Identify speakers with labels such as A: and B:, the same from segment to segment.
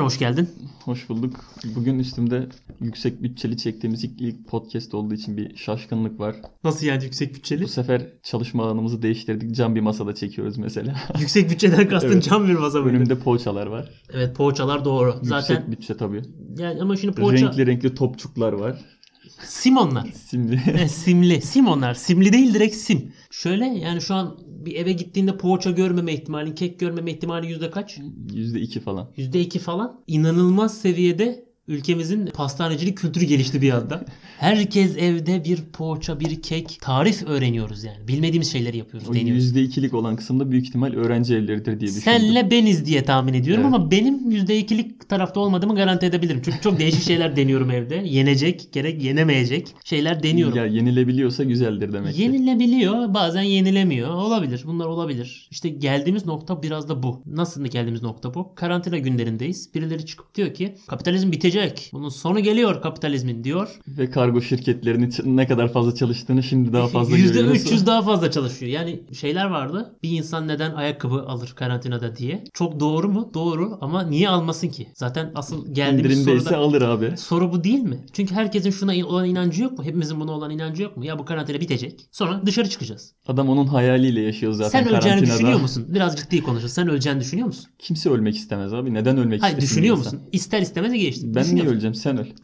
A: Hoş geldin.
B: Hoş bulduk. Bugün üstümde yüksek bütçeli çektiğimiz ilk, ilk podcast olduğu için bir şaşkınlık var.
A: Nasıl yani yüksek bütçeli?
B: Bu sefer çalışma alanımızı değiştirdik. Cam bir masada çekiyoruz mesela.
A: yüksek bütçeden kastın
B: Evet.
A: cam bir masa mıydı?
B: Önümde poğaçalar var.
A: Evet poğaçalar doğru. Zaten
B: Yüksek bütçe tabii.
A: yani ama şimdi poğaça
B: Renkli renkli topçuklar var.
A: simonlar.
B: Şimdi
A: E, simli. Simonlar. Simli değil direkt sim. Şöyle yani şu an bir eve gittiğinde poğaça görmeme ihtimalin, kek görmeme ihtimali yüzde kaç?
B: %2 falan.
A: Yüzde iki falan. İnanılmaz seviyede ülkemizin pastanecilik kültürü gelişti bir anda. Herkes evde bir poğaça, bir kek, tarif öğreniyoruz yani. Bilmediğimiz şeyleri
B: O
A: yapıyoruz, deniyoruz.
B: %2'lik olan kısımda büyük ihtimal öğrenci evleridir diye düşündüm.
A: Senle beniz diye tahmin ediyorum
B: Evet.
A: ama benim %2'lik tarafta olmadığımı garanti edebilirim. Çünkü çok değişik şeyler deniyorum evde. Yenecek, gerek yenemeyecek şeyler deniyorum.
B: Ya yenilebiliyorsa güzeldir demek ki.
A: Yenilebiliyor, bazen yenilemiyor. Olabilir, bunlar olabilir. İşte geldiğimiz nokta biraz da bu. Nasıl geldiğimiz nokta bu? Karantina günlerindeyiz. Birileri çıkıp diyor ki kapitalizm bitecek. Bunun sonu geliyor kapitalizmin diyor.
B: Ve kargo şirketlerinin ç- ne kadar fazla çalıştığını şimdi daha fazla görüyoruz.
A: %300 daha fazla çalışıyor. Yani şeyler vardı. Bir insan neden ayakkabı alır karantinada diye. Çok doğru mu? Doğru ama niye almasın ki? Zaten asıl geldiğimiz
B: İndirimdeyse
A: soruda
B: alır abi.
A: soru bu değil mi? Çünkü herkesin şuna in- olan inancı yok mu? Hepimizin buna olan inancı yok mu? Ya bu karantina bitecek. Sonra dışarı çıkacağız.
B: Adam onun hayaliyle yaşıyor zaten
A: Sen öleceğini
B: karantinada.
A: düşünüyor musun? Biraz ciddi konuşalım. Sen öleceğini düşünüyor musun?
B: Kimse ölmek istemez abi. Neden ölmek
A: Hayır
B: istesin
A: düşünüyor
B: bir insan?
A: musun? İster istemez geçtin.
B: Ben niye
A: Düşünüyor
B: öleceğim? Sen öl.
A: musun?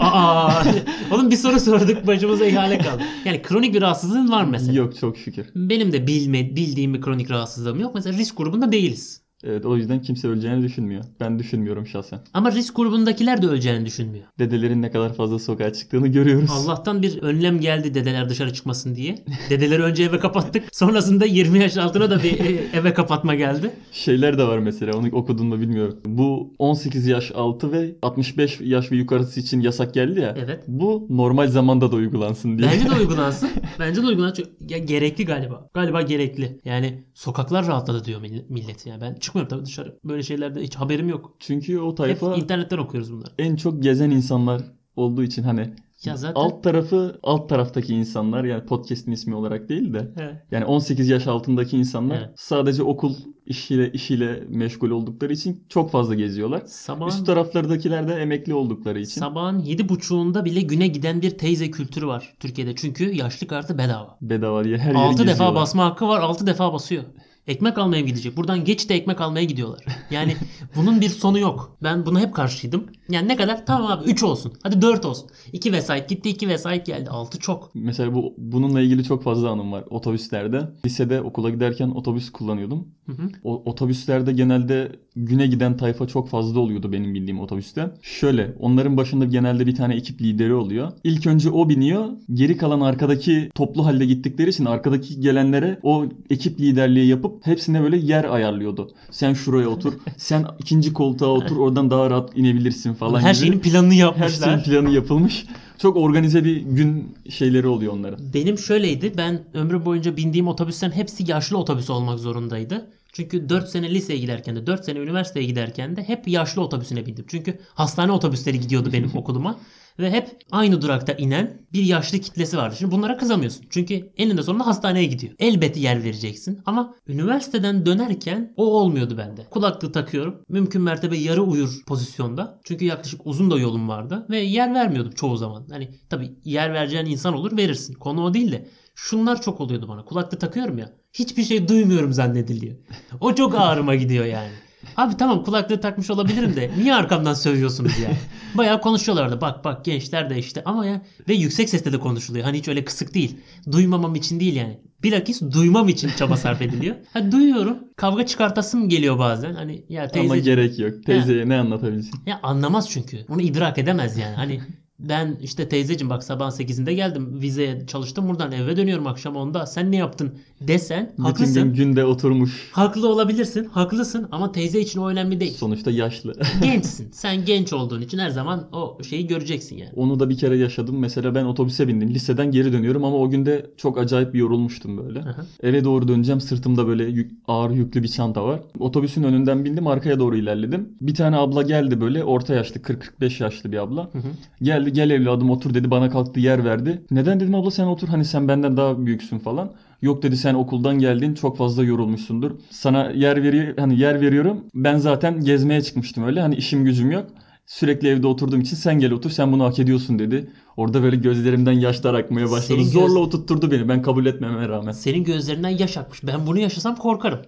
A: Aa, oğlum bir soru sorduk başımıza ihale kaldı. Yani kronik bir rahatsızlığın var mesela.
B: Yok çok şükür.
A: Benim de bilme, bildiğim bir kronik rahatsızlığım yok. Mesela risk grubunda değiliz.
B: Evet o yüzden kimse öleceğini düşünmüyor. Ben düşünmüyorum şahsen.
A: Ama risk grubundakiler de öleceğini düşünmüyor.
B: Dedelerin ne kadar fazla sokağa çıktığını görüyoruz.
A: Allah'tan bir önlem geldi dedeler dışarı çıkmasın diye. Dedeleri önce eve kapattık. Sonrasında 20 yaş altına da bir e, eve kapatma geldi.
B: Şeyler de var mesela onu okudun mu bilmiyorum. Bu 18 yaş altı ve 65 yaş ve yukarısı için yasak geldi ya.
A: Evet.
B: Bu normal zamanda da uygulansın diye.
A: Bence de uygulansın. Bence de uygulansın. Çünkü ya gerekli galiba. Galiba gerekli. Yani sokaklar rahatladı diyor mill- millet. Yani ben çıkmıyorum tabii dışarı. Böyle şeylerde hiç haberim yok.
B: Çünkü o
A: Hep
B: tayfa
A: internetten okuyoruz bunları.
B: en çok gezen insanlar olduğu için hani
A: Ya zaten
B: alt tarafı alt taraftaki insanlar yani podcast'in ismi olarak değil de
A: He.
B: Yani 18 yaş altındaki insanlar
A: Evet.
B: sadece okul işiyle işiyle meşgul oldukları için çok fazla geziyorlar.
A: sabahın
B: Üst taraflardakiler de emekli oldukları için.
A: Sabahın 7.30'unda bile güne giden bir teyze kültürü var Türkiye'de. Çünkü yaşlı kartı bedava.
B: bedava diye her yeri
A: 6 defa
B: geziyorlar.
A: basma hakkı var 6 defa basıyor. Ekmek almaya mı gidecek? Buradan geç de ekmek almaya gidiyorlar. Yani bunun bir sonu yok. Ben buna hep karşıydım. Yani ne kadar? Tamam abi 3 olsun. Hadi 4 olsun. 2 vesait gitti 2 vesait geldi. 6 çok.
B: Mesela bu bununla ilgili çok fazla anım var otobüslerde. Lisede okula giderken otobüs kullanıyordum.
A: Hı hı.
B: O, otobüslerde genelde güne giden tayfa çok fazla oluyordu benim bildiğim otobüste. Şöyle onların başında genelde bir tane ekip lideri oluyor. İlk önce o biniyor. Geri kalan arkadaki toplu halde gittikleri için arkadaki gelenlere o ekip liderliği yapıp hepsine böyle yer ayarlıyordu. Sen şuraya otur. sen ikinci koltuğa otur. Oradan daha rahat inebilirsin falan
A: Her
B: gibi.
A: şeyin planını
B: Her
A: yapmışlar.
B: şeyin planı yapılmış. Çok organize bir gün şeyleri oluyor onların.
A: Benim şöyleydi. Ben ömrüm boyunca bindiğim otobüslerin hepsi yaşlı otobüs olmak zorundaydı. Çünkü 4 sene liseye giderken de 4 sene üniversiteye giderken de hep yaşlı otobüsüne bindim. Çünkü hastane otobüsleri gidiyordu benim okuluma. Ve hep aynı durakta inen bir yaşlı kitlesi vardı. Şimdi bunlara kızamıyorsun. Çünkü eninde sonunda hastaneye gidiyor. Elbette yer vereceksin. Ama üniversiteden dönerken o olmuyordu bende. Kulaklığı takıyorum. Mümkün mertebe yarı uyur pozisyonda. Çünkü yaklaşık uzun da yolum vardı. Ve yer vermiyordum çoğu zaman. Hani tabii yer vereceğin insan olur verirsin. Konu o değil de. Şunlar çok oluyordu bana. Kulaklığı takıyorum ya. Hiçbir şey duymuyorum zannediliyor. O çok ağrıma gidiyor yani. Abi tamam kulaklığı takmış olabilirim de niye arkamdan sövüyorsunuz ya? Bayağı konuşuyorlardı. Bak bak gençler de işte ama ya ve yüksek sesle de konuşuluyor. Hani hiç öyle kısık değil. Duymamam için değil yani. Bilakis duymam için çaba sarf ediliyor. Ha duyuyorum. Kavga çıkartasım geliyor bazen. Hani ya teyze
B: Ama gerek yok. Teyzeye ne anlatabilirsin?
A: ya anlamaz çünkü. Onu idrak edemez yani. Hani ben işte teyzeciğim bak sabah 8'inde geldim. Vizeye çalıştım buradan eve dönüyorum akşam 10'da. Sen ne yaptın desen
B: Bütün
A: haklısın.
B: gün günde oturmuş.
A: Haklı olabilirsin. Haklısın ama teyze için o önemli değil.
B: Sonuçta yaşlı.
A: Gençsin. Sen genç olduğun için her zaman o şeyi göreceksin yani.
B: Onu da bir kere yaşadım. Mesela ben otobüse bindim. Liseden geri dönüyorum ama o günde çok acayip bir yorulmuştum böyle.
A: Aha.
B: Eve doğru döneceğim. Sırtımda böyle yük- ağır yüklü bir çanta var. Otobüsün önünden bindim. Arkaya doğru ilerledim. Bir tane abla geldi böyle. Orta yaşlı 40-45 yaşlı bir abla.
A: Hı hı.
B: Geldi gel evladım otur dedi. Bana kalktı yer verdi. Neden dedim abla sen otur. Hani sen benden daha büyüksün falan. Yok dedi sen okuldan geldin çok fazla yorulmuşsundur. Sana yer veri hani yer veriyorum. Ben zaten gezmeye çıkmıştım öyle. Hani işim gücüm yok. Sürekli evde oturduğum için sen gel otur sen bunu hak ediyorsun dedi. Orada böyle gözlerimden yaşlar akmaya başladı.
A: Senin göz-
B: Zorla oturtturdu beni ben kabul etmeme rağmen.
A: Senin gözlerinden yaş akmış. Ben bunu yaşasam korkarım.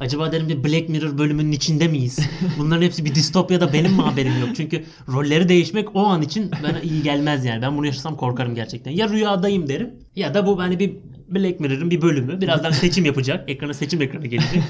A: Acaba derim bir Black Mirror bölümünün içinde miyiz? Bunların hepsi bir distopyada benim mi haberim yok? Çünkü rolleri değişmek o an için bana iyi gelmez yani. Ben bunu yaşasam korkarım gerçekten. Ya rüyadayım derim ya da bu hani bir Black Mirror'ın bir bölümü. Birazdan seçim yapacak. Ekrana seçim ekranı gelecek.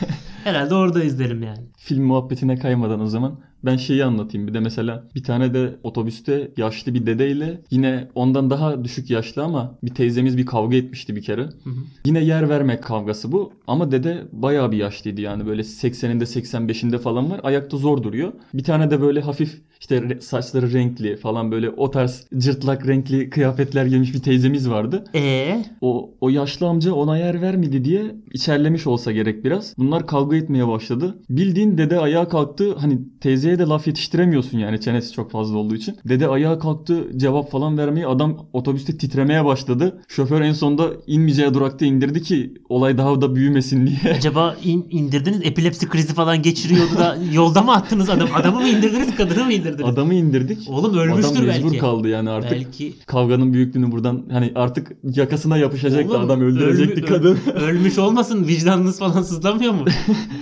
A: Herhalde orada izlerim yani.
B: Film muhabbetine kaymadan o zaman ben şeyi anlatayım. Bir de mesela bir tane de otobüste yaşlı bir dedeyle yine ondan daha düşük yaşlı ama bir teyzemiz bir kavga etmişti bir kere.
A: Hı hı.
B: Yine yer vermek kavgası bu ama dede bayağı bir yaşlıydı yani böyle 80'inde 85'inde falan var. Ayakta zor duruyor. Bir tane de böyle hafif işte re- saçları renkli falan böyle o tarz cırtlak renkli kıyafetler giymiş bir teyzemiz vardı.
A: E
B: O, o yaşlı amca ona yer vermedi diye içerlemiş olsa gerek biraz. Bunlar kavga etmeye başladı. Bildiğin dede ayağa kalktı. Hani teyzeye de laf yetiştiremiyorsun yani çenesi çok fazla olduğu için. Dede ayağa kalktı cevap falan vermeyi adam otobüste titremeye başladı. Şoför en sonunda inmeyeceği durakta indirdi ki olay daha da büyümesin diye.
A: acaba in- indirdiniz epilepsi krizi falan geçiriyordu da yolda mı attınız adam? Adamı mı indirdiniz kadını mı indirdiniz?
B: Adamı indirdik.
A: Oğlum
B: Adam
A: ölmüştür
B: mecbur
A: belki.
B: kaldı yani artık.
A: Belki
B: Kavganın büyüklüğünü buradan hani artık yakasına yapışacaktı
A: Oğlum,
B: adam öldürecekti
A: ölmü-
B: kadın.
A: öl- ölmüş olmasın vicdanınız falan sızlamıyor mu?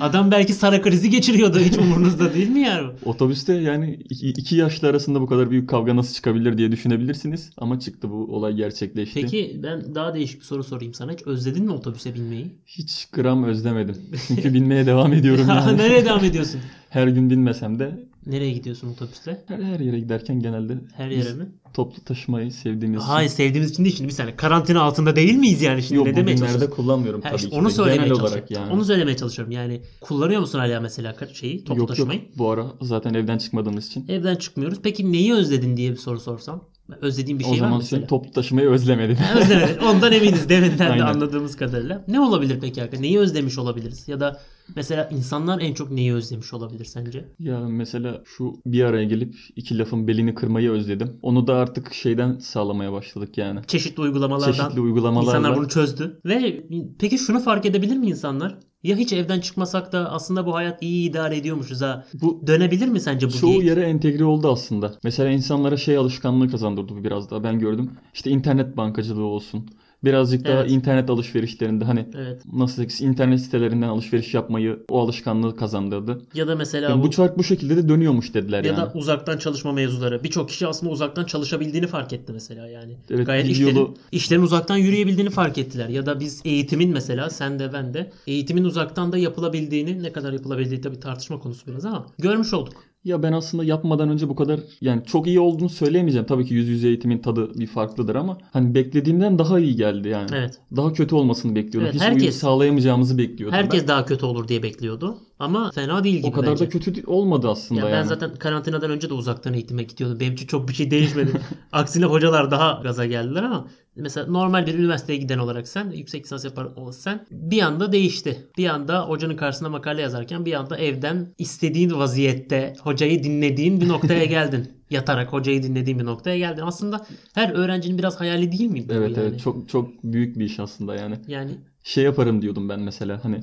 A: Adam belki sara krizi geçiriyordu hiç umurunuzda değil mi yani?
B: Otobüste yani iki iki yaşlı arasında bu kadar büyük kavga nasıl çıkabilir diye düşünebilirsiniz. Ama çıktı bu olay gerçekleşti.
A: Peki ben daha değişik bir soru sorayım sana. Hiç özledin mi otobüse binmeyi?
B: Hiç gram özlemedim. Çünkü binmeye devam ediyorum
A: Ya,
B: yani.
A: Nereye devam ediyorsun?
B: Her gün binmesem de
A: Nereye gidiyorsun otobüsle?
B: her, her yere giderken genelde
A: Her
B: biz
A: yere mi?
B: toplu taşımayı sevdiğimiz için-
A: Hayır sevdiğimiz için değil şimdi bir saniye. Karantina altında değil miyiz yani şimdi
B: Yok
A: ne demeye
B: bugünlerde
A: çalışıyorsun?
B: kullanmıyorum
A: Ha,
B: tabii
A: işte
B: ki
A: onu
B: de.
A: söylemeye
B: Genel
A: çalışıyorum.
B: olarak yani.
A: Onu söylemeye çalışıyorum. Yani kullanıyor musun hala mesela ka- şeyi toplu
B: yok yok
A: taşımayı?
B: bu ara zaten evden çıkmadığımız için.
A: Evden çıkmıyoruz. Peki neyi özledin diye bir soru sorsam? Özlediğin bir şey
B: o
A: var mı
B: zaman
A: mesela?
B: sen toplu taşımayı özlemedim.
A: Özlemedik. Ondan eminiz deminden de
B: Aynen.
A: anladığımız kadarıyla. Ne olabilir peki arkadaşlar? Neyi özlemiş olabiliriz? Ya da mesela insanlar en çok neyi özlemiş olabilir sence?
B: Ya mesela şu bir araya gelip iki lafın belini kırmayı özledim. Onu da artık şeyden sağlamaya başladık yani.
A: Çeşitli uygulamalardan
B: Çeşitli uygulamalarla.
A: insanlar bunu çözdü. Ve peki şunu fark edebilir mi insanlar? Ya hiç evden çıkmasak da aslında bu hayat iyi idare ediyormuşuz ha.
B: Bu
A: Dönebilir mi sence bu
B: çoğu
A: geyik?
B: yere entegre oldu aslında. Mesela insanlara şey alışkanlığı kazandırdı bu biraz daha ben gördüm. İşte internet bankacılığı olsun. Birazcık daha
A: Evet.
B: internet alışverişlerinde hani
A: Evet.
B: nasıl diyeyim, internet sitelerinden alışveriş yapmayı o alışkanlığı kazandırdı.
A: Ya da mesela
B: Yani
A: bu,
B: bu çark bu şekilde de dönüyormuş dediler
A: ya
B: yani.
A: da uzaktan çalışma mevzuları. Birçok kişi aslında uzaktan çalışabildiğini fark etti mesela yani.
B: Evet,
A: Gayet
B: videolu-
A: işlerin, işlerin uzaktan yürüyebildiğini fark ettiler. Ya da biz eğitimin mesela sen de ben de eğitimin uzaktan da yapılabildiğini ne kadar yapılabildiği tabii tartışma konusu biraz ama görmüş olduk.
B: Ya ben aslında yapmadan önce bu kadar yani çok iyi olduğunu söyleyemeyeceğim. Tabii ki yüz yüze eğitimin tadı bir farklıdır ama hani beklediğimden daha iyi geldi yani.
A: Evet.
B: Daha kötü olmasını bekliyordum.
A: Evet,
B: Hiç
A: herkes-
B: uyum sağlayamayacağımızı bekliyordum.
A: Herkes
B: ben.
A: daha kötü olur diye bekliyordu ama fena değil gibi
B: o kadar
A: bence.
B: da kötü de- olmadı aslında
A: Ya ben
B: yani.
A: zaten karantinadan önce de uzaktan eğitime gidiyordum. Benim için çok bir şey değişmedi. Aksine hocalar daha gaza geldiler ama mesela normal bir üniversiteye giden olarak sen yüksek lisans yapar olan sen bir anda değişti. Bir anda hocanın karşısında makale yazarken bir anda evden istediğin vaziyette hocayı dinlediğin bir noktaya geldin. Yatarak hocayı dinlediğin bir noktaya geldin. Aslında her öğrencinin biraz hayali değil miydi bu
B: Evet
A: yani?
B: evet çok çok büyük bir iş aslında yani.
A: Yani
B: Şey yaparım diyordum ben mesela hani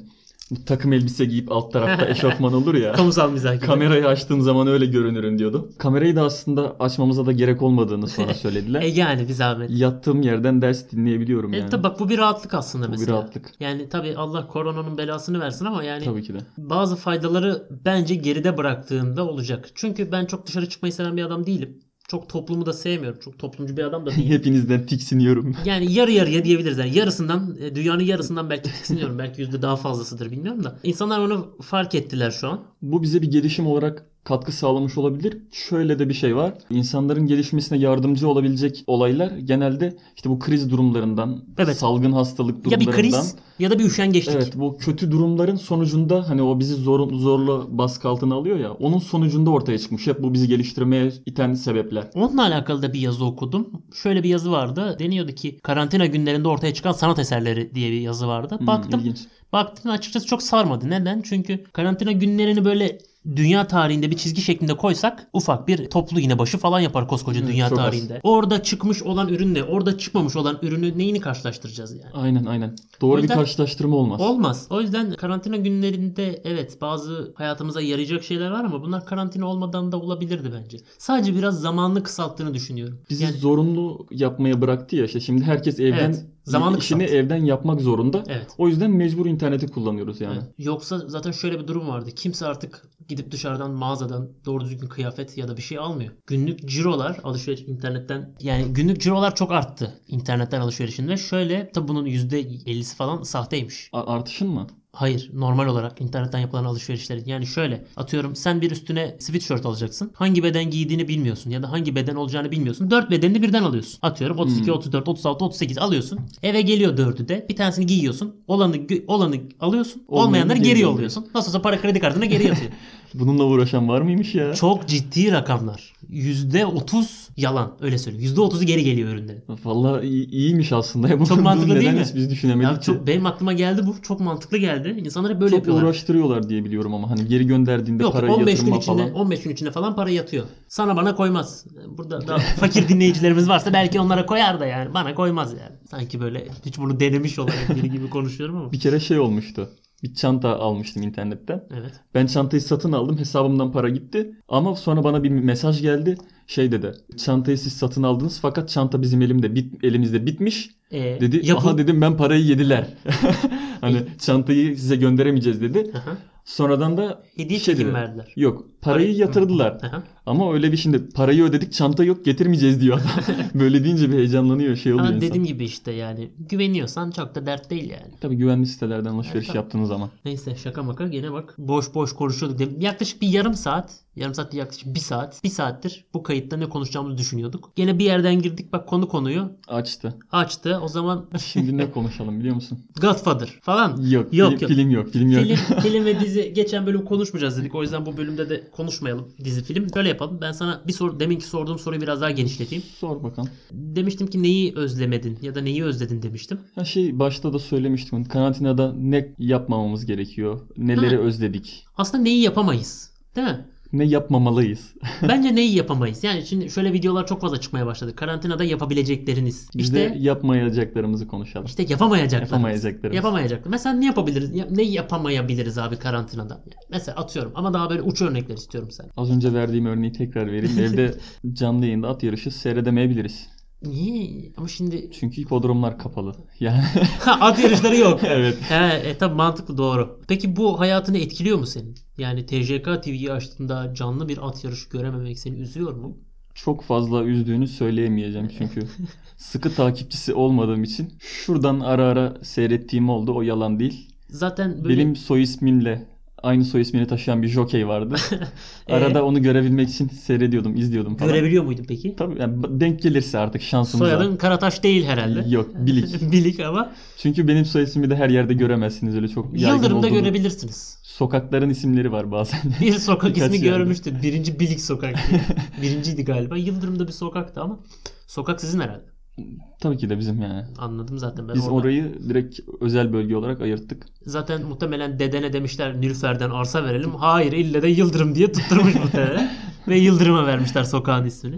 B: bu takım elbise giyip alt tarafta eşofman olur ya.
A: kamusal mizah gibi.
B: Kamerayı açtığım zaman öyle görünürüm diyordum. Kamerayı da aslında açmamıza da gerek olmadığını sonra
A: E
B: söylediler.
A: yani bir zahmet.
B: Yattığım yerden ders dinleyebiliyorum
A: E
B: yani.
A: tabi bak bu bir rahatlık aslında
B: Bu bir
A: mesela.
B: rahatlık.
A: Yani tabi Allah koronanın belasını versin ama yani
B: Tabii ki de.
A: bazı faydaları bence geride bıraktığında olacak. Çünkü ben çok dışarı çıkmayı seven bir adam değilim. Çok toplumu da sevmiyorum. Çok toplumcu bir adam da değilim.
B: Hepinizden tiksiniyorum.
A: Yani yarı yarıya diyebiliriz. Yani yarısından, e, dünyanın yarısından belki tiksiniyorum. belki yüzde daha fazlasıdır bilmiyorum da. İnsanlar onu fark ettiler şu an.
B: Bu bize bir gelişim olarak katkı sağlamış olabilir. Şöyle de bir şey var. İnsanların gelişmesine yardımcı olabilecek olaylar genelde işte bu kriz durumlarından,
A: Evet.
B: salgın hastalık
A: Ya bir
B: durumlarından
A: kriz ya da bir üşengeçlik.
B: Evet bu kötü durumların sonucunda hani o bizi zor, zorla baskı altına alıyor ya onun sonucunda ortaya çıkmış. Hep bu bizi geliştirmeye iten sebepler.
A: Onunla alakalı da bir yazı okudum. Şöyle bir yazı vardı. Deniyordu ki karantina günlerinde ortaya çıkan sanat eserleri diye bir yazı vardı.
B: Hmm,
A: Baktım
B: ilginç.
A: Baktım açıkçası çok sarmadı. Neden? Çünkü karantina günlerini böyle dünya tarihinde bir çizgi şeklinde koysak ufak bir toplu yine başı falan yapar koskoca
B: Evet,
A: dünya
B: çok az.
A: tarihinde. Orada çıkmış olan ürünle orada çıkmamış olan ürünü neyini karşılaştıracağız yani?
B: Aynen aynen. Doğru bir
A: Yüzden-
B: karşılaştırma olmaz.
A: Olmaz. O yüzden karantina günlerinde evet bazı hayatımıza yarayacak şeyler var ama bunlar karantina olmadan da olabilirdi bence. Sadece biraz zamanını kısalttığını düşünüyorum.
B: Bizi
A: Yani-
B: zorunlu yapmaya bıraktı ya işte şimdi herkes evden
A: Evet, zamanı
B: işini
A: kısalt.
B: evden yapmak zorunda.
A: Evet.
B: O yüzden mecbur interneti kullanıyoruz yani.
A: Evet. Yoksa zaten şöyle bir durum vardı. Kimse artık gidip dışarıdan mağazadan doğru düzgün kıyafet ya da bir şey almıyor. Günlük cirolar alışveriş internetten yani günlük cirolar çok arttı internetten alışverişinde. Şöyle tabi bunun %50'si falan sahteymiş.
B: A- artışın mı?
A: Hayır normal olarak internetten yapılan alışverişlerin yani şöyle atıyorum sen bir üstüne sweatshirt alacaksın. Hangi beden giydiğini bilmiyorsun ya da hangi beden olacağını bilmiyorsun. 4 bedenini birden alıyorsun. Atıyorum 32,
B: Hmm.
A: 34, 36, 38 alıyorsun. Eve geliyor 4'ü de bir tanesini giyiyorsun. Olanı gö- olanı alıyorsun.
B: Olmayanı
A: Olmayanları
B: geri
A: geri
B: yolluyorsun.
A: yolluyorsun. Nasıl olsa para kredi kartına geri yatıyor.
B: Bununla uğraşan var mıymış ya?
A: Çok ciddi rakamlar. %30 yalan öyle söyleyeyim. %30'u geri geliyor ürünlerin.
B: Vallahi iyi- iyiymiş aslında. ya. Bunun
A: mantıklı değil
B: neden
A: mi?
B: hiç Biz düşünemedik
A: Ya
B: ki.
A: çok benim aklıma geldi bu. Çok mantıklı geldi. İnsanlar hep böyle
B: Çok
A: yapıyorlar.
B: uğraştırıyorlar diye biliyorum ama hani geri gönderdiğinde
A: Yok
B: parayı
A: 15 gün
B: yatırma
A: içinde
B: falan.
A: 15 gün içinde falan para yatıyor. Sana bana koymaz. Burada da fakir dinleyicilerimiz varsa belki onlara koyar da yani bana koymaz yani. Sanki böyle hiç bunu denemiş olan biri gibi konuşuyorum ama.
B: Bir kere şey olmuştu. Bir çanta almıştım internetten.
A: Evet.
B: Ben çantayı satın aldım. Hesabımdan para gitti. Ama sonra bana bir mesaj geldi. Şey dedi. Çantayı siz satın aldınız fakat çanta bizim elimde bit, elimizde bitmiş.
A: Ee,
B: Dedi
A: yapın-
B: aha dedim ben parayı yediler. hani
A: E-
B: çantayı size gönderemeyeceğiz dedi.
A: Aha.
B: Sonradan da
A: Hediye
B: şey
A: çekim
B: dedi.
A: verdiler.
B: Yok parayı yatırdılar.
A: Aha.
B: Ama öyle bir şimdi parayı ödedik çanta yok getirmeyeceğiz diyor adam. Böyle deyince bir heyecanlanıyor şey oluyor
A: Ama
B: insan.
A: dediğim gibi işte yani güveniyorsan çok da dert değil yani.
B: Tabii güvenli sitelerden alışveriş
A: Evet, tabii.
B: yaptığınız zaman.
A: Neyse şaka maka gene bak boş boş konuşuyorduk. Dem- Yaklaşık bir yarım saat, yarım saat değil, yaklaşık bir saat, bir saattir bu kayıtta ne konuşacağımızı düşünüyorduk. Gene bir yerden girdik bak konu konuyu
B: Açtı.
A: açtı. O zaman
B: Şimdi ne konuşalım biliyor musun?
A: Godfather falan.
B: Yok,
A: Yok,
B: fil-
A: yok.
B: film yok film yok.
A: Film, film ve dizi geçen bölüm konuşmayacağız dedik. O yüzden bu bölümde de konuşmayalım dizi film. Böyle yapalım. Ben sana bir soru deminki sorduğum soruyu biraz daha genişleteyim.
B: Sor bakalım.
A: Demiştim ki neyi özlemedin ya da neyi özledin demiştim.
B: Ha şey başta da söylemiştim. Karantinada ne yapmamamız gerekiyor? Neleri
A: Ha.
B: özledik?
A: Aslında neyi yapamayız. Değil mi?
B: Ne yapmamalıyız?
A: Bence neyi yapamayız? Yani şimdi şöyle videolar çok fazla çıkmaya başladı. Karantinada yapabilecekleriniz.
B: Biz de
A: İşte
B: yapmayacaklarımızı konuşalım.
A: işte yapamayacaklarınız.
B: Yapamayacaklarımız.
A: Yapamayacaklar. Mesela ne yapabiliriz? Ya- Ne yapamayabiliriz abi karantinada? Mesela atıyorum ama daha böyle uç örnekler istiyorum sen.
B: Az önce verdiğim örneği tekrar vereyim. Evde canlı yayında at yarışı seyredemeyebiliriz.
A: Niye? Ama şimdi
B: Çünkü hipodromlar kapalı. Yani
A: Ha, at yarışları yok.
B: evet.
A: He, e, tabii mantıklı doğru. Peki bu hayatını etkiliyor mu senin? Yani TJK TV'yi açtığında canlı bir at yarışı görememek seni üzüyor mu?
B: Çok fazla üzdüğünü söyleyemeyeceğim çünkü. Sıkı takipçisi olmadığım için. Şuradan ara ara seyrettiğim oldu. O yalan değil.
A: Zaten böyle
B: Benim soy ismimle aynı soy ismini taşıyan bir jokey vardı.
A: Ee,
B: Arada onu görebilmek için seyrediyordum, izliyordum
A: e,
B: falan.
A: görebiliyor muydun peki?
B: Tabii yani denk gelirse artık şansımıza.
A: Soyadın Karataş değil herhalde.
B: Yok, Bilik.
A: Bilik ama
B: Çünkü benim soy ismimi de her yerde göremezsiniz. Öyle çok yaygın
A: Yıldırım'da
B: olduğunu-
A: görebilirsiniz.
B: Sokakların isimleri var bazen.
A: Bir sokak
B: Birkaç
A: ismi
B: yerde.
A: görmüştü. Birinci Bilik sokak. diye. Birinciydi galiba. Yıldırım'da bir sokaktı ama sokak sizin herhalde.
B: Tabii ki de bizim yani.
A: Anladım zaten ben
B: Biz
A: oradan.
B: orayı direkt özel bölge olarak ayırttık.
A: Zaten muhtemelen dedene demişler Nilüfer'den arsa verelim. Hayır ille de Yıldırım diye tutturmuş muhtemelen. Ve Yıldırım'a vermişler sokağın ismini.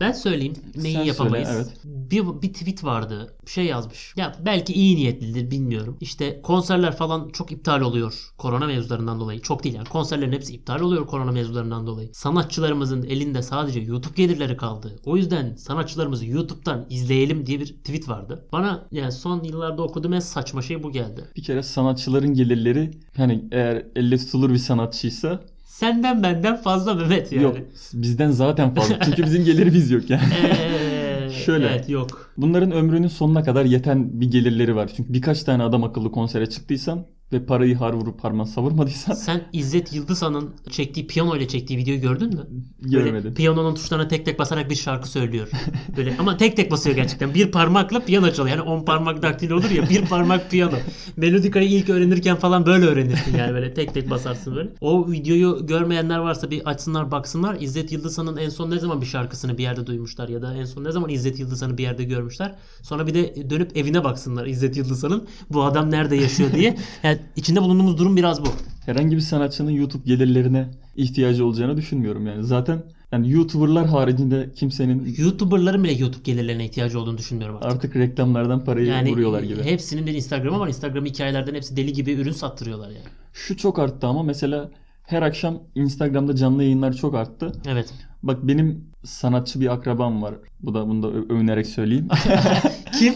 A: Ben söyleyeyim neyi
B: Sen
A: yapamayız.
B: söyle, evet.
A: bir, bir tweet vardı. Şey yazmış. Ya belki iyi niyetlidir bilmiyorum. İşte konserler falan çok iptal oluyor. Korona mevzularından dolayı. Çok değil yani. Konserlerin hepsi iptal oluyor korona mevzularından dolayı. Sanatçılarımızın elinde sadece YouTube gelirleri kaldı. O yüzden sanatçılarımızı YouTube'dan izleyelim diye bir tweet vardı. Bana yani son yıllarda okuduğum en saçma şey bu geldi.
B: Bir kere sanatçıların gelirleri hani eğer elle tutulur bir sanatçıysa
A: Senden benden fazla Mehmet yani.
B: yok bizden zaten fazla. Çünkü bizim gelirimiz yok yani.
A: Ee,
B: Şöyle.
A: Evet yok.
B: Bunların ömrünün sonuna kadar yeten bir gelirleri var. Çünkü birkaç tane adam akıllı konsere çıktıysan ve parayı har vurup harman savurmadıysan
A: Sen İzzet Yıldızhan'ın çektiği piyano ile çektiği videoyu gördün mü? Böyle
B: görmedim.
A: piyanonun tuşlarına tek tek basarak bir şarkı söylüyor. Böyle ama tek tek basıyor gerçekten. Bir parmakla piyano çalıyor. Yani on parmak daktil olur ya bir parmak piyano. Melodikayı ilk öğrenirken falan böyle öğrenirsin yani böyle tek tek basarsın böyle. O videoyu görmeyenler varsa bir açsınlar baksınlar. İzzet Yıldızhan'ın en son ne zaman bir şarkısını bir yerde duymuşlar ya da en son ne zaman İzzet Yıldızhan'ı bir yerde görmüşler. Sonra bir de dönüp evine baksınlar İzzet Yıldızhan'ın bu adam nerede yaşıyor diye. Yani içinde bulunduğumuz durum biraz bu.
B: Herhangi bir sanatçının YouTube gelirlerine ihtiyacı olacağını düşünmüyorum yani. Zaten yani YouTuber'lar haricinde kimsenin
A: YouTuber'ların bile YouTube gelirlerine ihtiyacı olduğunu düşünmüyorum artık.
B: artık reklamlardan parayı vuruyorlar gibi.
A: hepsinin bir Instagram'ı var. Instagram hikayelerden hepsi deli gibi ürün sattırıyorlar yani.
B: Şu çok arttı ama mesela her akşam Instagram'da canlı yayınlar çok arttı.
A: Evet.
B: Bak benim sanatçı bir akrabam var. Bu da bunu da ö- övünerek söyleyeyim.
A: Kim?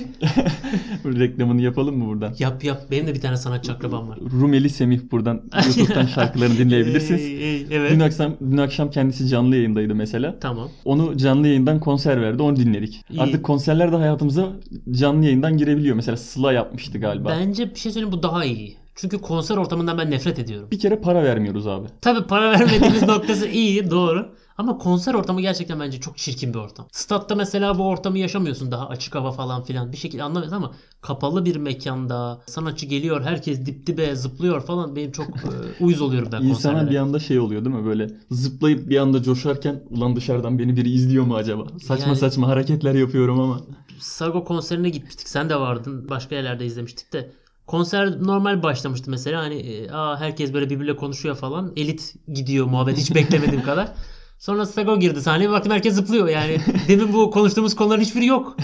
B: Reklamını yapalım mı buradan?
A: Yap yap. Benim de bir tane sanatçı akrabam var.
B: Rumeli Semih buradan YouTube'dan şarkılarını dinleyebilirsiniz.
A: Ey, ey,
B: Dün
A: evet.
B: akşam dün akşam kendisi canlı yayındaydı mesela.
A: Tamam.
B: Onu canlı yayından konser verdi. Onu dinledik.
A: İyi.
B: Artık konserler de hayatımıza canlı yayından girebiliyor. Mesela Sıla yapmıştı galiba.
A: Bence bir şey söyleyeyim bu daha iyi. Çünkü konser ortamından ben nefret ediyorum.
B: Bir kere para vermiyoruz abi.
A: Tabi para vermediğiniz noktası iyi doğru. Ama konser ortamı gerçekten bence çok çirkin bir ortam. Statta mesela bu ortamı yaşamıyorsun daha açık hava falan filan bir şekilde anlamıyorsun ama kapalı bir mekanda sanatçı geliyor herkes dip dibe zıplıyor falan benim çok e, uyuz oluyorum ben
B: İnsana
A: konserlere.
B: bir anda şey oluyor değil mi? Böyle zıplayıp bir anda coşarken ulan dışarıdan beni biri izliyor mu acaba? Saçma
A: Yani-
B: saçma hareketler yapıyorum ama.
A: Sago konserine gitmiştik. Sen de vardın. Başka yerlerde izlemiştik de. Konser normal başlamıştı mesela. Hani e, aa, herkes böyle birbiriyle konuşuyor falan. Elit gidiyor muhabbet hiç beklemediğim kadar. Sonra Sago girdi sahneye. Bir Baktım herkes zıplıyor yani. Demin bu konuştuğumuz konuların hiçbiri yok.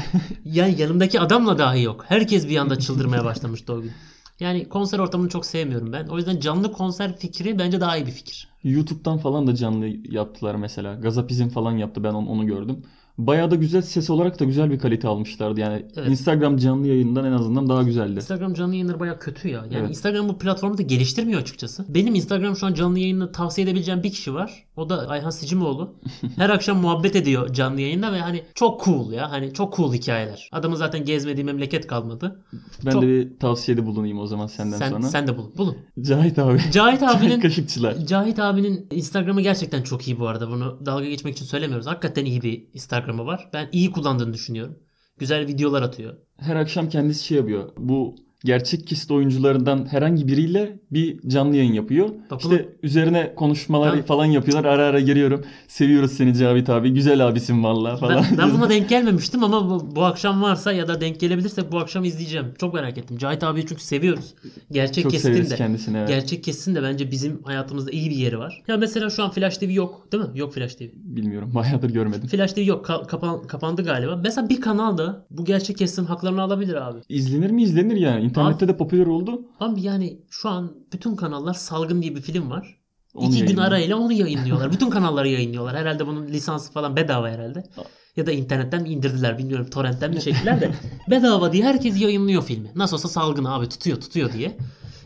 A: Yani yanımdaki adamla dahi yok. Herkes bir anda çıldırmaya başlamıştı o gün. Yani konser ortamını çok sevmiyorum ben. O yüzden canlı konser fikri bence daha iyi bir fikir.
B: YouTube'dan falan da canlı yaptılar mesela. Gazapizm falan yaptı ben onu, onu gördüm. Bayağı da güzel ses olarak da güzel bir kalite almışlardı. Yani
A: Evet.
B: Instagram canlı yayından en azından daha güzeldi.
A: Instagram canlı yayınları baya kötü ya. Yani
B: Evet.
A: Instagram bu platformu da geliştirmiyor açıkçası. Benim Instagram şu an canlı yayını tavsiye edebileceğim bir kişi var. O da Ayhan Sicimoğlu. Her akşam muhabbet ediyor canlı yayında ve hani çok cool ya. Hani çok cool hikayeler. Adamın zaten gezmediği memleket kalmadı.
B: Ben
A: Çok-
B: de bir tavsiyede bulunayım o zaman senden
A: sen
B: sonra.
A: sen de bulun. Bulun.
B: Cahit abi.
A: Cahit abinin
B: Kaşıkçılar.
A: Cahit abinin Instagram'ı gerçekten çok iyi bu arada. Bunu dalga geçmek için söylemiyoruz. Hakikaten iyi bir Instagram'ı var. Ben iyi kullandığını düşünüyorum. Güzel videolar atıyor.
B: Her akşam kendisi şey yapıyor. Bu gerçek kist oyuncularından herhangi biriyle bir canlı yayın yapıyor.
A: Bak
B: İşte üzerine konuşmalar
A: Ha.
B: falan yapıyorlar. Ara ara giriyorum. Seviyoruz seni Cavit abi. Güzel abisin valla falan.
A: Ben, ben buna denk gelmemiştim ama bu, bu akşam varsa ya da denk gelebilirsek bu akşam izleyeceğim. Çok merak ettim. Cahit abiyi çünkü seviyoruz. Gerçek
B: Çok
A: kesin
B: severiz
A: de.
B: kendisini. Evet.
A: Gerçek kesin de bence bizim hayatımızda iyi bir yeri var. Ya mesela şu an Flash TV yok değil mi? Yok Flash TV.
B: Bilmiyorum. Bayağıdır görmedim.
A: Flash TV yok. ka- kapan- kapandı galiba. Mesela bir kanal da bu gerçek kesin haklarını alabilir abi.
B: İzlenir mi izlenir yani. İnternette de popüler oldu.
A: Abi yani şu an bütün kanallar Salgın diye bir film var.
B: Onu
A: İki gün
B: yayınlıyor.
A: arayla onu yayınlıyorlar. Bütün kanalları yayınlıyorlar. Herhalde bunun lisansı falan bedava herhalde. Ya da internetten mi indirdiler bilmiyorum. Torrentten mi çektiler de. bedava diye herkes yayınlıyor filmi. Nasıl olsa salgın abi tutuyor tutuyor diye.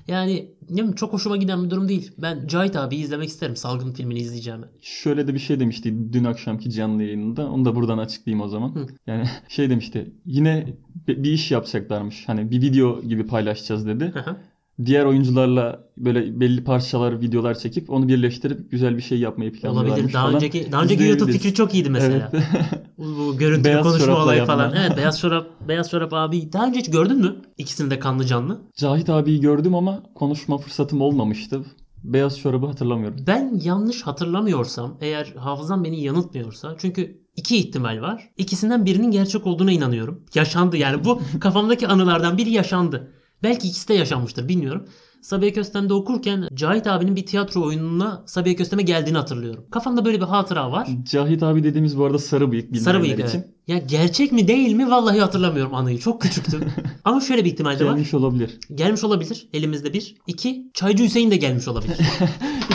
A: Yani ne bileyim, çok hoşuma giden bir durum değil. Ben Cahit abiyi izlemek isterim. Salgın filmini izleyeceğim.
B: Şöyle de bir şey demişti dün akşamki canlı yayınında. Onu da buradan açıklayayım o zaman.
A: Hı.
B: Yani şey demişti. Yine bi- bir iş yapacaklarmış. Hani bir video gibi paylaşacağız dedi.
A: Hı hı.
B: Diğer oyuncularla böyle belli parçalar, videolar çekip onu birleştirip güzel bir şey yapmayı planlıyorlarmış
A: Olabilir. Daha
B: falan.
A: önceki daha önceki YouTube
B: İzleyebiliriz.
A: fikri çok iyiydi mesela.
B: Evet.
A: Bu, bu görüntülü
B: Beyaz
A: konuşma
B: çorapla
A: olayı
B: yapma.
A: falan. Evet beyaz çorap beyaz çorap abi. Daha önce hiç gördün mü? İkisini de kanlı canlı.
B: Cahit abiyi gördüm ama konuşma fırsatım olmamıştı. Beyaz çorabı hatırlamıyorum.
A: Ben yanlış hatırlamıyorsam eğer hafızam beni yanıltmıyorsa çünkü iki ihtimal var. İkisinden birinin gerçek olduğuna inanıyorum. Yaşandı yani bu kafamdaki anılardan biri yaşandı. Belki ikisi de yaşanmıştır bilmiyorum. Sabiha Köstem'de okurken Cahit abinin bir tiyatro oyununa Sabiha Köstem'e geldiğini hatırlıyorum. Kafamda böyle bir hatıra var.
B: Cahit abi dediğimiz bu arada sarı bıyık
A: Sarı
B: bilmeyenler
A: bıyık
B: için.
A: evet. Ya gerçek mi değil mi vallahi hatırlamıyorum anıyı. Çok küçüktüm. Ama şöyle bir ihtimal de var.
B: Gelmiş olabilir.
A: Gelmiş olabilir elimizde bir. İki, Çaycı Hüseyin de gelmiş olabilir.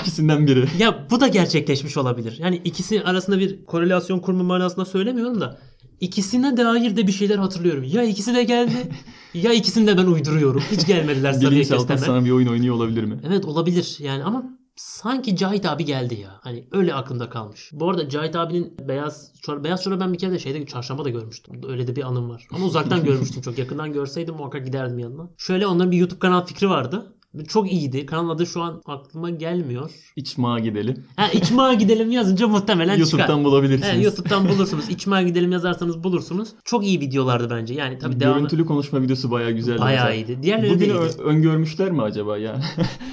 B: İkisinden biri.
A: Ya bu da gerçekleşmiş olabilir. Yani ikisi arasında bir korelasyon kurma manasında söylemiyorum da ikisine dair de bir şeyler hatırlıyorum. Ya ikisi de geldi ya ikisini de ben uyduruyorum. Hiç gelmediler Sabiha
B: Bilinçaltın
A: Köstem'e.
B: sana bir oyun oynuyor olabilir mi?
A: Evet olabilir yani ama sanki Cahit abi geldi ya. Hani öyle aklımda kalmış. Bu arada Cahit abinin beyaz çor beyaz çorabı ben bir kere de şeyde çarşamba da görmüştüm. Öyle de bir anım var. Ama uzaktan görmüştüm çok. Yakından görseydim muhakkak giderdim yanına. Şöyle onların bir YouTube kanal fikri vardı. Çok iyiydi. Kanalın adı şu an aklıma gelmiyor.
B: İçmağa gidelim.
A: Ha içmaya gidelim yazınca muhtemelen
B: YouTube'dan
A: çıkar.
B: bulabilirsiniz.
A: He, YouTube'dan bulursunuz. İçmeye gidelim yazarsanız bulursunuz. Çok iyi videolardı bence. Yani tabii devamı
B: Görüntülü konuşma videosu bayağı güzeldi.
A: bayağı
B: mesela.
A: iyiydi. Diğerleri de
B: Bugünü
A: iyiydi.
B: ö- öngörmüşler mi acaba ya?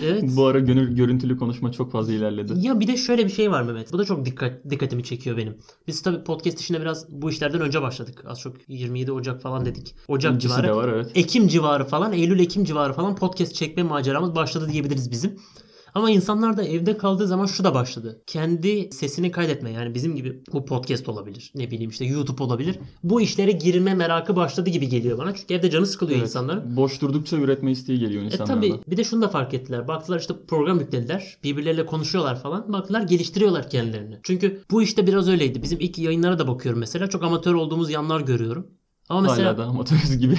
A: Evet.
B: bu ara gönül görüntülü konuşma çok fazla ilerledi.
A: Ya bir de şöyle bir şey var Mehmet. Bu da çok dikkat dikkatimi çekiyor benim. Biz tabii podcast işine biraz bu işlerden önce başladık. Az çok 27 Ocak falan dedik. Ocak
B: İkincisi
A: civarı.
B: de var evet.
A: Ekim civarı falan, Eylül Ekim civarı falan podcast çekme maceramız başladı diyebiliriz bizim. Ama insanlar da evde kaldığı zaman şu da başladı. Kendi sesini kaydetme yani bizim gibi bu podcast olabilir. Ne bileyim işte YouTube olabilir. Bu işlere girme merakı başladı gibi geliyor bana. Çünkü evde canı sıkılıyor
B: Evet.
A: insanların.
B: Boş durdukça üretme isteği geliyor
A: E
B: insanlarda.
A: tabi bir de şunu da fark ettiler. Baktılar işte program yüklediler. Birbirleriyle konuşuyorlar falan. Baktılar geliştiriyorlar kendilerini. Çünkü bu işte biraz öyleydi. Bizim ilk yayınlara da bakıyorum mesela. Çok amatör olduğumuz yanlar görüyorum. Ama mesela
B: Hala da amatörüz gibi.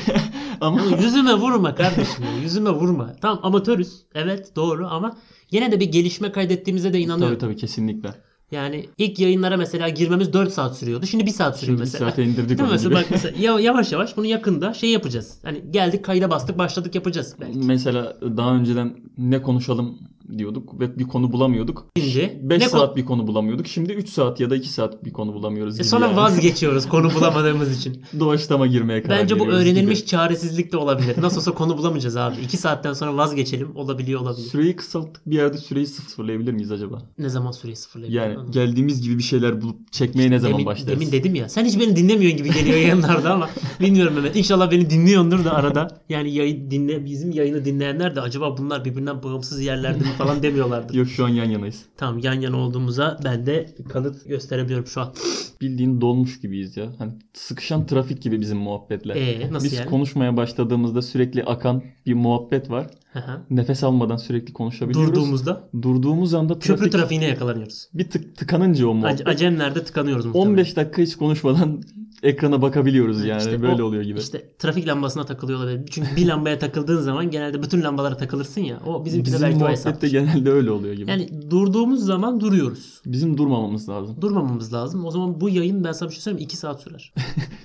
B: Ama
A: Ama yüzüme vurma kardeşim. ya, yüzüme vurma. Tamam amatörüz. Evet doğru ama yine de bir gelişme kaydettiğimize de inanıyorum.
B: tabii tabii kesinlikle.
A: Yani ilk yayınlara mesela girmemiz 4 saat sürüyordu. Şimdi 1 saat sürüyor
B: Şimdi bir
A: mesela.
B: saate indirdik
A: Değil mi?
B: onu
A: Mesela
B: gibi.
A: bak mesela ya- yavaş yavaş bunu yakında şey yapacağız. Hani geldik kayda bastık başladık yapacağız belki.
B: Mesela daha önceden ne konuşalım diyorduk ve bir konu bulamıyorduk.
A: Şimdi
B: 5
A: ne E,
B: saat
A: kon-
B: bir konu bulamıyorduk. Şimdi 3 saat ya da 2 saat bir konu bulamıyoruz
A: E
B: gibi.
A: sonra
B: yani.
A: vazgeçiyoruz konu bulamadığımız için.
B: Doğaçlama girmeye karar
A: Bence bu
B: veriyoruz gibi.
A: öğrenilmiş çaresizlik de olabilir. Nasıl olsa konu bulamayacağız abi. 2 saatten sonra vazgeçelim olabiliyor olabilir.
B: Süreyi kısalttık bir yerde süreyi sıfırlayabilir miyiz acaba?
A: Ne zaman süreyi sıfırlayabilirim?
B: Yani
A: Anlamadım.
B: geldiğimiz gibi bir şeyler bulup çekmeye ne zaman
A: demin,
B: başlarız?
A: Demin dedim ya. Sen hiç beni dinlemiyorsun gibi geliyor yayınlarda ama bilmiyorum Mehmet. İnşallah beni dinliyordur da arada. Yani yayı dinle, bizim yayını dinleyenler de acaba bunlar birbirinden bağımsız yerlerde mi falan demiyorlardır.
B: Yok şu an yan yanayız.
A: Tamam yan yana olduğumuza ben de kanıt gösteremiyorum şu an.
B: Bildiğin dolmuş gibiyiz ya. Hani sıkışan trafik gibi bizim muhabbetler.
A: Ee, nasıl
B: Biz
A: yani?
B: konuşmaya başladığımızda sürekli akan bir muhabbet var.
A: Hı hı.
B: Nefes almadan sürekli konuşabiliyoruz.
A: Durduğumuzda
B: Durduğumuz anda trafik
A: köprü trafiğine yakalanıyoruz.
B: bir tık tıkanınca o muhabbet.
A: Ac- Acemlerde tıkanıyoruz muhtemelen.
B: 15 dakika hiç konuşmadan ekrana bakabiliyoruz
A: Evet,
B: yani
A: işte
B: böyle
A: o-
B: oluyor gibi.
A: İşte trafik lambasına takılıyor olabilir. Çünkü bir lambaya takıldığın zaman genelde bütün lambalara takılırsın ya. O bizimki de
B: Bizim
A: belki o
B: muhabbette
A: hesap.
B: genelde öyle oluyor gibi.
A: Yani durduğumuz zaman duruyoruz.
B: Bizim durmamamız lazım.
A: durmamamız lazım. O zaman bu yayın ben sana bir şey söyleyeyim 2 saat sürer.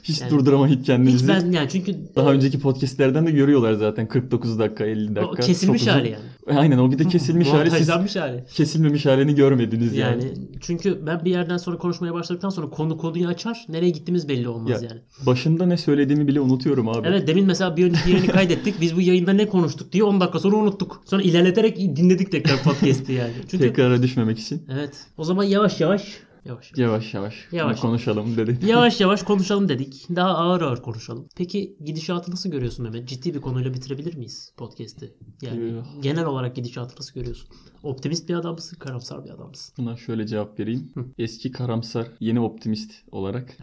B: Hiç
A: Yani-
B: durduramayız kendimizi.
A: Hiç ben yani çünkü
B: Daha önceki podcastlerden de görüyorlar zaten 49 dakika 50 dakika.
A: o kesilmiş
B: Çok uzun.
A: hali yani.
B: Aynen o bir de kesilmiş hali siz
A: Montajlanmış hali.
B: kesilmemiş halini görmediniz yani.
A: Yani çünkü ben bir yerden sonra konuşmaya başladıktan sonra konu konuyu açar. Nereye gittiğimiz belli olmaz
B: Ya,
A: yani.
B: Başında ne söylediğimi bile unutuyorum abi.
A: Evet demin mesela bir önceki yayını kaydettik. Biz bu yayında ne konuştuk diye 10 dakika sonra unuttuk. Sonra ilerleterek dinledik tekrar podcast'i yani. Çünkü
B: Tekrara düşmemek için
A: evet. O zaman yavaş yavaş yavaş.
B: yavaş yavaş,
A: Yavaş.
B: konuşalım dedi.
A: Yavaş yavaş konuşalım dedik. Daha ağır ağır konuşalım. Peki gidişatı nasıl görüyorsun Mehmet? Ciddi bir konuyla bitirebilir miyiz podcast'i? Yani
B: Yok.
A: genel olarak gidişatı nasıl görüyorsun? Optimist bir adam mısın? Karamsar bir adam mısın?
B: Buna şöyle cevap vereyim.
A: Hı.
B: Eski karamsar, yeni optimist olarak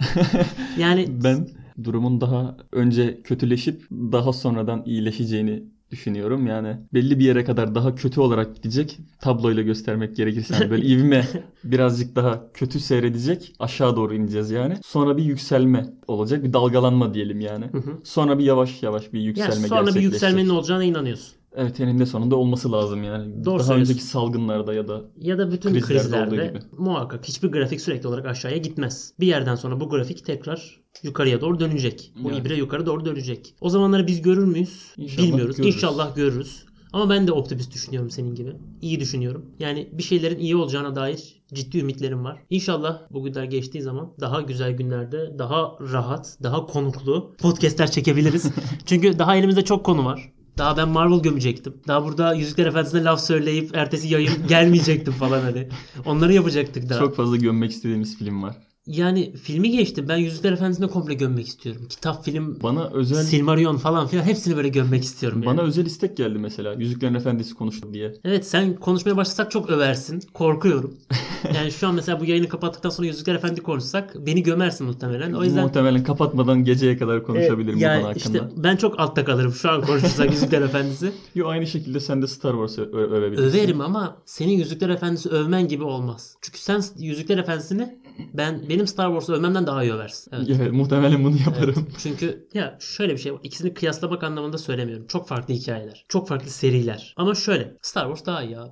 A: Yani
B: ben durumun daha önce kötüleşip daha sonradan iyileşeceğini düşünüyorum. Yani belli bir yere kadar daha kötü olarak gidecek. Tabloyla göstermek gerekirse hani böyle ivme birazcık daha kötü seyredecek. Aşağı doğru ineceğiz yani. Sonra bir yükselme olacak. Bir dalgalanma diyelim yani.
A: Hı hı.
B: Sonra bir yavaş yavaş bir
A: yani
B: yükselme
A: sonra bir
B: gerçekleşecek.
A: yükselmenin olacağına inanıyorsun.
B: Evet eninde sonunda olması lazım yani.
A: Doğru
B: Daha önceki
A: söylüyorsun.
B: salgınlarda ya da
A: Ya da bütün
B: Krizlerde
A: krizlerde
B: olduğu gibi.
A: muhakkak hiçbir grafik sürekli olarak aşağıya gitmez. Bir yerden sonra bu grafik tekrar yukarıya doğru dönecek. Bu
B: Yani.
A: ibre yukarı doğru dönecek. O zamanları biz görür müyüz?
B: İnşallah
A: Bilmiyoruz.
B: görürüz.
A: İnşallah görürüz. Ama ben de optimist düşünüyorum senin gibi. İyi düşünüyorum. Yani bir şeylerin iyi olacağına dair ciddi ümitlerim var. İnşallah bu günler geçtiği zaman daha güzel günlerde, daha rahat, daha konuklu podcastler çekebiliriz. Çünkü daha elimizde çok konu var. Daha ben Marvel gömecektim. Daha burada Yüzükler Efendisi'ne laf söyleyip ertesi yayın gelmeyecektim falan hani. Onları yapacaktık daha.
B: çok fazla gömmek istediğimiz film var.
A: Yani filmi geçti. Ben Yüzükler Efendisi'ne komple gömmek istiyorum. Kitap, film,
B: Bana özel
A: Silmarillion falan filan hepsini böyle gömmek istiyorum. yani.
B: Bana özel istek geldi mesela. Yüzüklerin Efendisi konuştu diye.
A: Evet sen konuşmaya başlasak çok översin. Korkuyorum. Yani şu an mesela bu yayını kapattıktan sonra Yüzükler Efendi konuşsak beni gömersin muhtemelen. O yüzden E,
B: Muhtemelen kapatmadan geceye kadar konuşabilirim bu
A: yani
B: konu hakkında.
A: işte ben çok altta kalırım şu an konuşursak Yüzükler Efendisi.
B: Yo, aynı şekilde sen de Star Wars'ı ö- övebilirsin.
A: Överim ama senin Yüzükler Efendisi övmen gibi olmaz. Çünkü sen Yüzükler Efendisi'ni ben benim Star Wars'u övmemden daha iyi översin. Evet.
B: Evet, muhtemelen bunu
A: Evet.
B: yaparım.
A: Çünkü ya şöyle bir şey var. İkisini kıyaslamak anlamında söylemiyorum. Çok farklı hikayeler. Çok farklı seriler. Ama şöyle Star Wars daha iyi abi.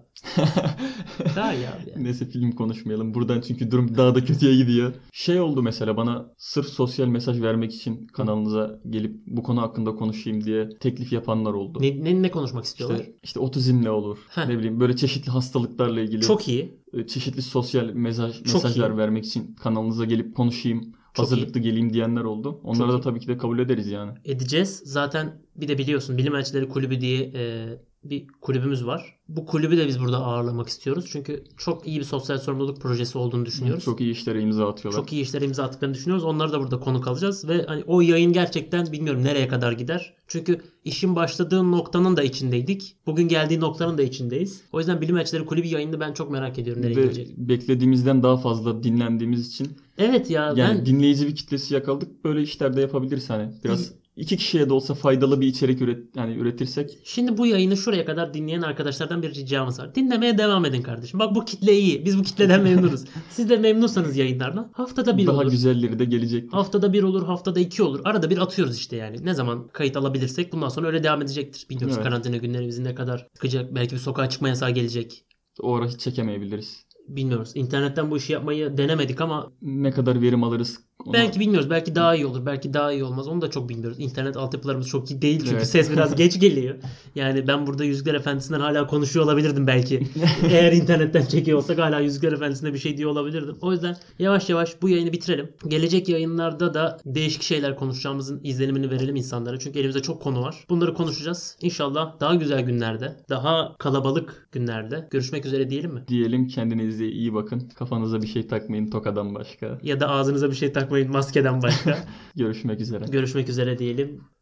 A: Daha iyi abi. Yani.
B: Neyse film konuşmayalım. Buradan çünkü durum daha da kötüye gidiyor. Şey oldu mesela bana sırf sosyal mesaj vermek için kanalınıza gelip bu konu hakkında konuşayım diye teklif yapanlar oldu.
A: Ne, ne, ne konuşmak istiyorlar?
B: İşte, işte otizmle olur.
A: Heh.
B: Ne bileyim böyle çeşitli hastalıklarla ilgili
A: Çok iyi.
B: e, çeşitli sosyal mesaj,
A: Çok
B: mesajlar
A: iyi.
B: vermek için kanalınıza gelip konuşayım.
A: Çok
B: hazırlıklı geleyim diyenler oldu. Onlara
A: Çok
B: da
A: iyi.
B: tabii ki de kabul ederiz yani.
A: edeceğiz. Zaten bir de biliyorsun Bilim Elçileri Kulübü diye e, bir kulübümüz var. Bu kulübü de biz burada ağırlamak istiyoruz. Çünkü çok iyi bir sosyal sorumluluk projesi olduğunu düşünüyoruz.
B: Çok iyi işlere imza atıyorlar.
A: Çok iyi işlere imza attıklarını düşünüyoruz. Onları da burada konuk alacağız ve hani o yayın gerçekten bilmiyorum nereye kadar gider. Çünkü işin başladığı noktanın da içindeydik. Bugün geldiği noktanın da içindeyiz. O yüzden Bilim Elçileri Kulübü yayını ben çok merak ediyorum nereye
B: Ve
A: gidecek.
B: beklediğimizden daha fazla dinlendiğimiz için
A: Evet ya
B: yani
A: ben
B: dinleyici bir kitlesi yakaladık. Böyle işler de yapabiliriz hani. Biraz iki kişiye de olsa faydalı bir içerik üret yani üretirsek
A: Şimdi bu yayını şuraya kadar dinleyen arkadaşlardan bir ricamız var. Dinlemeye devam edin kardeşim. Bak bu kitle iyi. Biz bu kitleden memnunuz. Siz de memnunsanız yayınlardan. Haftada bir
B: daha
A: olur.
B: güzelleri de gelecek.
A: Haftada bir olur, haftada iki olur. Arada bir atıyoruz işte yani. Ne zaman kayıt alabilirsek bundan sonra öyle devam edecektir. Biliyoruz
B: Evet.
A: karantina günleri bizi ne kadar sıkacak. Belki bir sokağa çıkma yasağı gelecek.
B: O ara hiç çekemeyebiliriz.
A: Bilmiyoruz. İnternetten bu işi yapmayı denemedik ama
B: Ne kadar verim alırız? ona-
A: belki bilmiyoruz. Belki daha iyi olur. Belki daha iyi olmaz. Onu da çok bilmiyoruz. İnternet altyapılarımız çok iyi değil çünkü
B: Evet.
A: ses biraz geç geliyor. Yani ben burada Yüzükler Efendisi'nden hala konuşuyor olabilirdim belki. Eğer internetten çekiyor olsak hala Yüzükler Efendisi'nde bir şey diye olabilirdim. O yüzden yavaş yavaş bu yayını bitirelim. Gelecek yayınlarda da değişik şeyler konuşacağımızın izlenimini verelim insanlara. Çünkü elimizde çok konu var. Bunları konuşacağız. İnşallah daha güzel günlerde, daha kalabalık günlerde görüşmek üzere diyelim mi?
B: diyelim kendinize iyi bakın. Kafanıza bir şey takmayın tokadan başka.
A: Ya da ağzınıza bir şey takmayın maskeden başka.
B: Görüşmek üzere.
A: görüşmek üzere diyelim.